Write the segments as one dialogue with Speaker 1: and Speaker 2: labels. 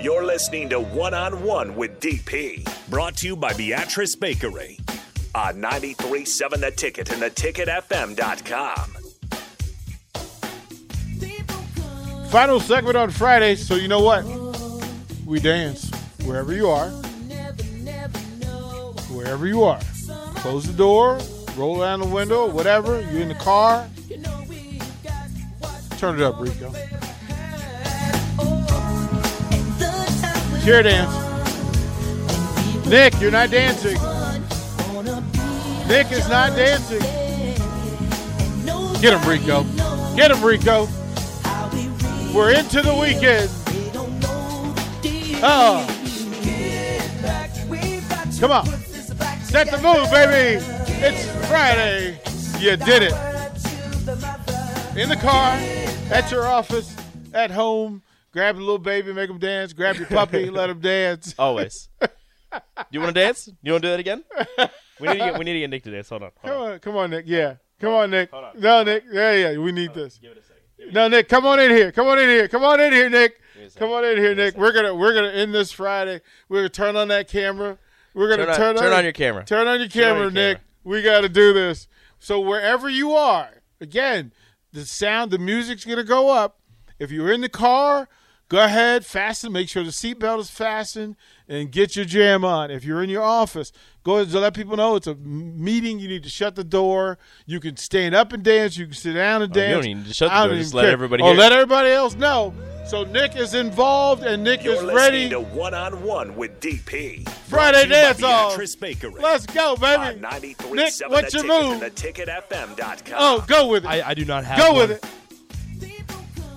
Speaker 1: You're listening to One on One with DP, brought to you by Beatrice Bakery on 937 The Ticket and theticketfm.com.
Speaker 2: Final segment on Friday, so you know what? We dance wherever you are. Wherever you are. Close the door, roll down the window, whatever. You're in the car. Turn it up, Rico. Chair dance. Nick, you're not dancing. Nick is not dancing. Get him, Rico. Get him, Rico. We're into the weekend. Oh. Come on. Set the mood, baby. It's Friday. You did it. In the car, at your office, at home. Grab the little baby, make him dance. Grab your puppy, let him dance.
Speaker 3: Always. do you want to dance? You want to do that again? We need to get, we need to get Nick to dance. Hold on. Hold
Speaker 2: Come
Speaker 3: on.
Speaker 2: on, come on, Nick. Yeah, come on, Nick. No, Nick. Yeah, yeah. We need this. No, Nick. Come on in here. Come on in here. Come on in here, Nick. Come on in here, Nick. We're gonna we're gonna end this Friday. We're gonna turn on that camera. We're gonna turn,
Speaker 3: Turn on- turn on your camera.
Speaker 2: Turn on your
Speaker 3: on
Speaker 2: camera,
Speaker 3: your
Speaker 2: Nick.
Speaker 3: camera.
Speaker 2: We gotta do this. So wherever you are, again, the sound, the music's gonna go up. If you're in the car, go ahead, fasten, make sure the seatbelt is fastened, and get your jam on. If you're in your office, go ahead and let people know it's a m- meeting. You need to shut the door. You can stand up and dance. You can sit down and
Speaker 3: Oh, you
Speaker 2: dance.
Speaker 3: don't need to shut the
Speaker 2: I
Speaker 3: door,
Speaker 2: don't
Speaker 3: just
Speaker 2: even
Speaker 3: let
Speaker 2: care.
Speaker 3: everybody
Speaker 2: Oh,
Speaker 3: hear.
Speaker 2: let everybody else know. So Nick is involved, and Nick
Speaker 1: You're
Speaker 2: is
Speaker 1: listening
Speaker 2: ready.
Speaker 1: to One on One with DP. brought to
Speaker 2: Friday
Speaker 1: you by
Speaker 2: dance off.
Speaker 1: Beatrice Bakery.
Speaker 2: Let's go,
Speaker 1: on
Speaker 2: baby.
Speaker 1: 937
Speaker 2: Nick, what's
Speaker 1: the
Speaker 2: your
Speaker 1: ticket
Speaker 2: move?
Speaker 1: and theticketfm.com.
Speaker 2: Oh, go with it.
Speaker 3: I do not have.
Speaker 2: go with it.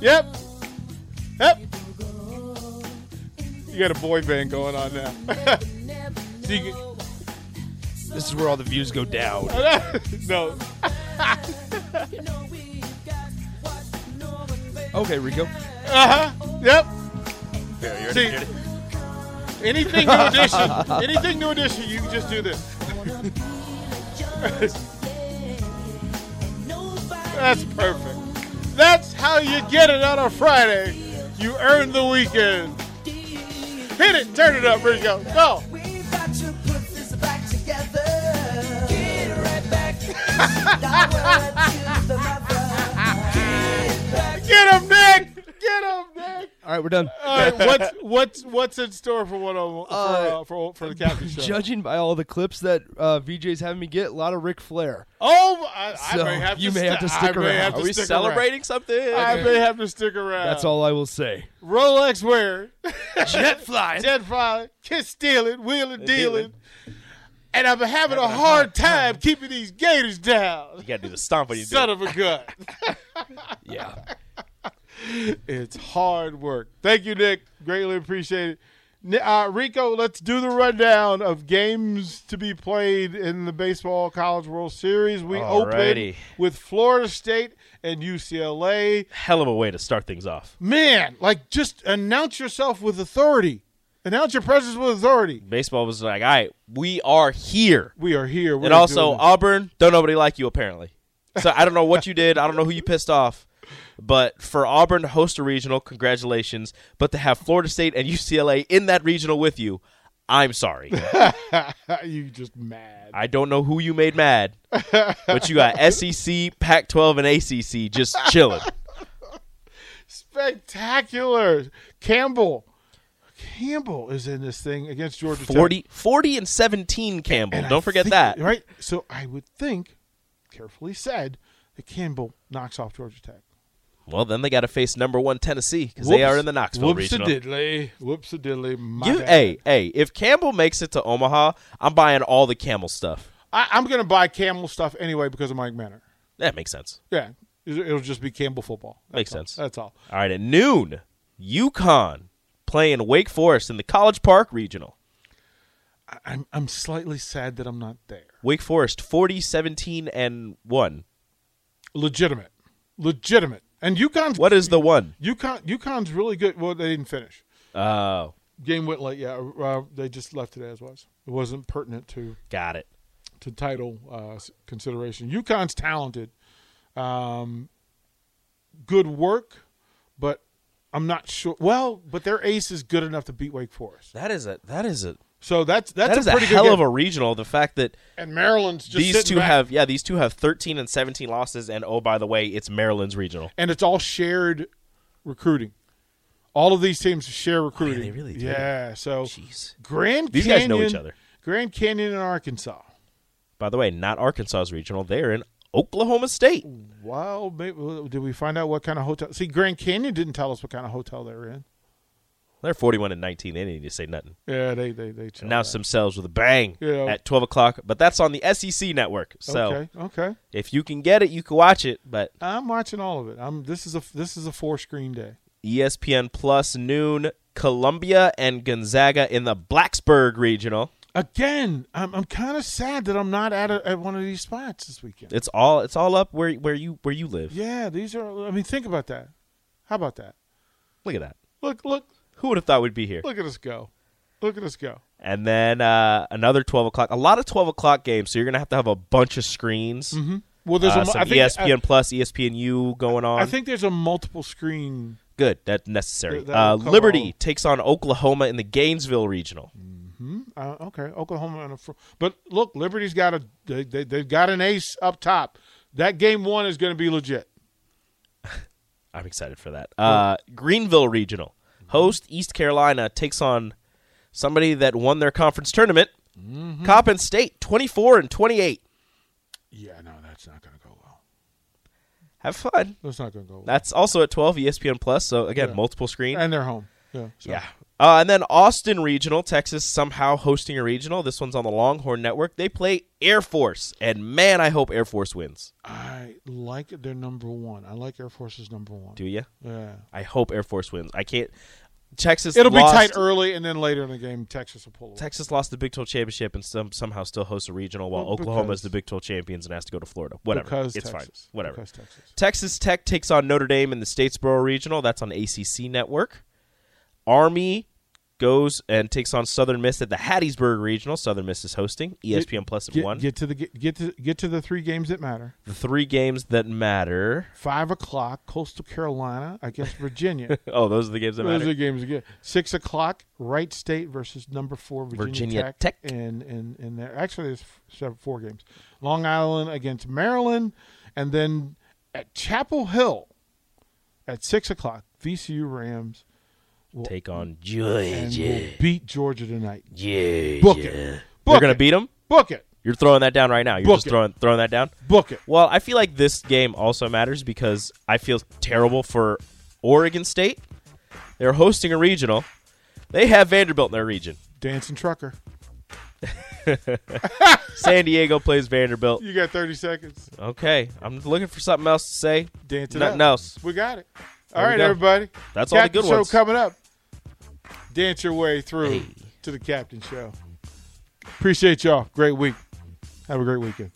Speaker 2: Yep. Yep. You got a boy band going on now. so you can,
Speaker 3: This is where all the views go down.
Speaker 2: no.
Speaker 3: Okay, Rico.
Speaker 2: Uh huh. Yep. See, anything new edition, anything new edition, you can just do this. That's perfect. That's how you get it on a Friday. You earn the weekend. Hit it, turn it up, Rico. Go. Get him, Nick. Get him, Nick.
Speaker 4: All right, we're done.
Speaker 2: All right, what's what's what's in store for one on for, uh,
Speaker 4: Uh,
Speaker 2: for for the captain show?
Speaker 4: Judging by all the clips that uh, VJ's having me get, a lot of Ric Flair.
Speaker 2: oh, I, I
Speaker 4: So,
Speaker 2: may have to
Speaker 4: you may
Speaker 2: sti-
Speaker 4: have to
Speaker 2: I
Speaker 4: stick
Speaker 2: may
Speaker 4: around.
Speaker 2: have to
Speaker 3: Are we
Speaker 2: stick
Speaker 3: celebrating something?
Speaker 2: Around. I may have to stick around.
Speaker 4: That's all I will say.
Speaker 2: Rolex wearing,
Speaker 3: Jet fly.
Speaker 2: dead fly, kiss stealing, wheeling, dealing,
Speaker 3: dealing.
Speaker 2: and I'm having a hard time keeping these gators down.
Speaker 3: You gotta do the stomp when you
Speaker 2: Son
Speaker 3: do.
Speaker 2: of
Speaker 3: it.
Speaker 2: a gun.
Speaker 4: Yeah.
Speaker 2: it's hard work. Thank you, Nick. Greatly appreciate it. Ni- Uh, Rico, let's do the rundown of games to be played in the Baseball College World Series. We open
Speaker 3: Alrighty.
Speaker 2: with Florida State and UCLA.
Speaker 3: Hell of a way to start things off.
Speaker 2: Man, like just announce yourself with authority. Announce your presence with authority.
Speaker 3: Baseball was like, all right, we are here.
Speaker 2: We are here. We're
Speaker 3: and also
Speaker 2: doing
Speaker 3: Auburn, don't nobody like you apparently. So I don't know what you did. I don't know who you pissed off. But for Auburn to host a regional, congratulations. But to have Florida State and UCLA in that regional with you, I'm sorry. uh,
Speaker 2: this. you just mad.
Speaker 3: I don't know who you made mad, but you got SEC, Pac 12, and ACC just chilling.
Speaker 2: Spectacular. Campbell. Campbell is in this thing against Georgia Tech.
Speaker 3: 40, 40 and 17, Campbell.
Speaker 2: And I
Speaker 3: don't forget
Speaker 2: think-
Speaker 3: that.
Speaker 2: Right. So I would think, carefully said, that Campbell knocks off Georgia Tech.
Speaker 3: Well, then they got to face number one Tennessee because they
Speaker 2: Whoops.
Speaker 3: are in the Knoxville
Speaker 2: Whoops
Speaker 3: regional.
Speaker 2: a diddly. Whoops a diddly. My
Speaker 3: You,
Speaker 2: bad.
Speaker 3: hey, hey, if Campbell makes it to Omaha, I'm buying all the Camel stuff.
Speaker 2: I, I'm going to buy Campbell stuff anyway because of Mike Manor.
Speaker 3: That makes sense.
Speaker 2: Yeah. It'll it'll just be Campbell football. That's
Speaker 3: Makes
Speaker 2: all.
Speaker 3: sense.
Speaker 2: That's all.
Speaker 3: All right, at noon, UConn playing Wake Forest in the College Park Regional.
Speaker 2: I- I'm, I'm slightly sad that I'm not there.
Speaker 3: Wake Forest 40 17 and 1.
Speaker 2: Legitimate. Legitimate. And UConn's,
Speaker 3: What is the one?
Speaker 2: UConn, UConn's really good. Well, they didn't finish.
Speaker 3: Oh,
Speaker 2: Game went late. Yeah. Uh, they just left it as was. It wasn't pertinent to.
Speaker 3: got it.
Speaker 2: to title uh, s- consideration. UConn's talented, um, good work, but I'm not sure. Well, but their ace is good enough to beat Wake Forest.
Speaker 3: That is a that is a
Speaker 2: So that's that's
Speaker 3: that is
Speaker 2: a
Speaker 3: a,
Speaker 2: pretty
Speaker 3: hell
Speaker 2: good
Speaker 3: of
Speaker 2: game.
Speaker 3: a regional. The fact that
Speaker 2: And Maryland's just
Speaker 3: these
Speaker 2: sitting
Speaker 3: two
Speaker 2: back.
Speaker 3: have yeah these two have 13 and 17 losses, and oh by the way, it's Maryland's regional.
Speaker 2: and it's all shared recruiting. All of these teams share recruiting.
Speaker 3: Oh, they really do.
Speaker 2: Yeah. So
Speaker 3: Jeez.
Speaker 2: Grand
Speaker 3: These guys
Speaker 2: Canyon,
Speaker 3: know each other.
Speaker 2: Grand Canyon in Arkansas.
Speaker 3: By the way, not Arkansas's regional. They're in Oklahoma State.
Speaker 2: Wow. Maybe, did we find out what kind of hotel? See, Grand Canyon didn't tell us what kind of hotel they were in.
Speaker 3: They're 41 and 19. They didn't need to say nothing.
Speaker 2: Oh, Yeah, they they they chilled
Speaker 3: Announce themselves with a bang
Speaker 2: Yeah.
Speaker 3: at 12 o'clock. But that's on the SEC network.
Speaker 2: out.
Speaker 3: So
Speaker 2: okay, okay.
Speaker 3: if you can get it, you can watch it. But
Speaker 2: I'm watching all of it. I'm this is a this is a four screen day.
Speaker 3: E ESPN Plus noon, Columbia and Gonzaga in the Blacksburg regional.
Speaker 2: Again, I'm I'm kind of sad that I'm not at a, at one of these spots this weekend.
Speaker 3: It's all it's all up where where you where you live.
Speaker 2: Yeah, these are. I mean, think about that. How about that?
Speaker 3: Look at that.
Speaker 2: Look, look,
Speaker 3: Who would have thought we'd be here?
Speaker 2: look at us go. Look at us go.
Speaker 3: And then uh, another 12 o'clock. A lot of 12 o'clock games, so you're going to have to have a bunch of screens.
Speaker 2: Well, Mm-hmm. there's
Speaker 3: Uh,
Speaker 2: a, mu-
Speaker 3: some
Speaker 2: I think,
Speaker 3: ESPN Plus, E ESPNU going on.
Speaker 2: I, I think there's a multiple screen.
Speaker 3: Good. That's necessary.
Speaker 2: Th- that'll
Speaker 3: uh,
Speaker 2: cover
Speaker 3: Liberty
Speaker 2: all.
Speaker 3: takes on Oklahoma in the Gainesville regional.
Speaker 2: Uh, okay, Oklahoma and a fr- but look, Liberty's got a they, they they've got an ace up top. That game one is going to be legit.
Speaker 3: I'm excited for that. Uh, Greenville regional. Host East Carolina takes on somebody that won their conference tournament.
Speaker 2: Mm-hmm.
Speaker 3: Coppin State, 24 and 28.
Speaker 2: Yeah, no, that's not going to go well.
Speaker 3: Have fun.
Speaker 2: That's not going to go well.
Speaker 3: That's also at E 12 ESPN Plus. So again, multiple screen.
Speaker 2: and they're home. Yeah. so-
Speaker 3: Yeah. Uh, and then Austin Regional, Texas, somehow hosting a regional. This one's on the Longhorn Network. They play Air Force, and man, I hope Air Force wins.
Speaker 2: I like their number one. I like Air Force's number one.
Speaker 3: Do you?
Speaker 2: Yeah.
Speaker 3: I hope Air Force wins. I can't. Texas.
Speaker 2: It'll
Speaker 3: lost-
Speaker 2: be tight early, and then later in the game, Texas will pull. Away.
Speaker 3: Texas lost the Big 12 championship and some, somehow still hosts a regional, while
Speaker 2: Well,
Speaker 3: Oklahoma is
Speaker 2: because-
Speaker 3: the Big 12 champions and has to go to Florida. Whatever.
Speaker 2: Because
Speaker 3: it's
Speaker 2: Texas.
Speaker 3: fine. Whatever.
Speaker 2: Because Texas.
Speaker 3: Texas Tech takes on Notre Dame in the Statesboro Regional. That's on ACC Network. Army goes and takes on Southern Miss at the Hattiesburg Regional. Southern Miss is hosting. E ESPN Plus at
Speaker 2: Get,
Speaker 3: one.
Speaker 2: get to the get, get to get to the three games that matter.
Speaker 3: the three games that matter.
Speaker 2: Five o'clock, Coastal Carolina against Virginia.
Speaker 3: Oh, those are the games that
Speaker 2: Those are
Speaker 3: matter.
Speaker 2: the games again. Six o'clock, Wright State versus number four Virginia,
Speaker 3: Virginia
Speaker 2: Tech,
Speaker 3: Tech.
Speaker 2: and and and there actually there's f- seven, four games. Long Island against Maryland, and then at Chapel Hill at six o'clock, VCU Rams
Speaker 3: Take on
Speaker 2: and
Speaker 3: Georgia.
Speaker 2: will beat Georgia tonight.
Speaker 3: Georgia.
Speaker 2: Book it. Book
Speaker 3: You're gonna
Speaker 2: it.
Speaker 3: beat them.
Speaker 2: Book it.
Speaker 3: You're throwing that down right now. You're
Speaker 2: Book
Speaker 3: just
Speaker 2: it.
Speaker 3: throwing throwing that down.
Speaker 2: Book it.
Speaker 3: Well, I feel like this game also matters because I feel terrible for Oregon State. They're hosting a regional. They have Vanderbilt in their region.
Speaker 2: Dancing trucker.
Speaker 3: San Diego plays Vanderbilt.
Speaker 2: You got thirty seconds.
Speaker 3: Okay, I'm looking for something else to say.
Speaker 2: Dance it
Speaker 3: Nothing
Speaker 2: up.
Speaker 3: else.
Speaker 2: We got it.
Speaker 3: There
Speaker 2: All
Speaker 3: we
Speaker 2: right,
Speaker 3: go.
Speaker 2: everybody.
Speaker 3: That's all the
Speaker 2: Captain
Speaker 3: good
Speaker 2: show
Speaker 3: ones.
Speaker 2: coming up. Dance your way through to the Captain Show. Appreciate y'all. Great week. Have a great weekend.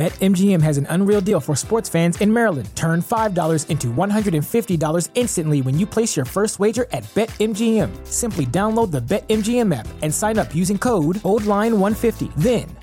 Speaker 5: BetMGM has an unreal deal for sports fans in Maryland. Turn $5 into $150 instantly when you place your first wager at BetMGM. Simply download the BetMGM app and sign up using code OLDLINE150. Then,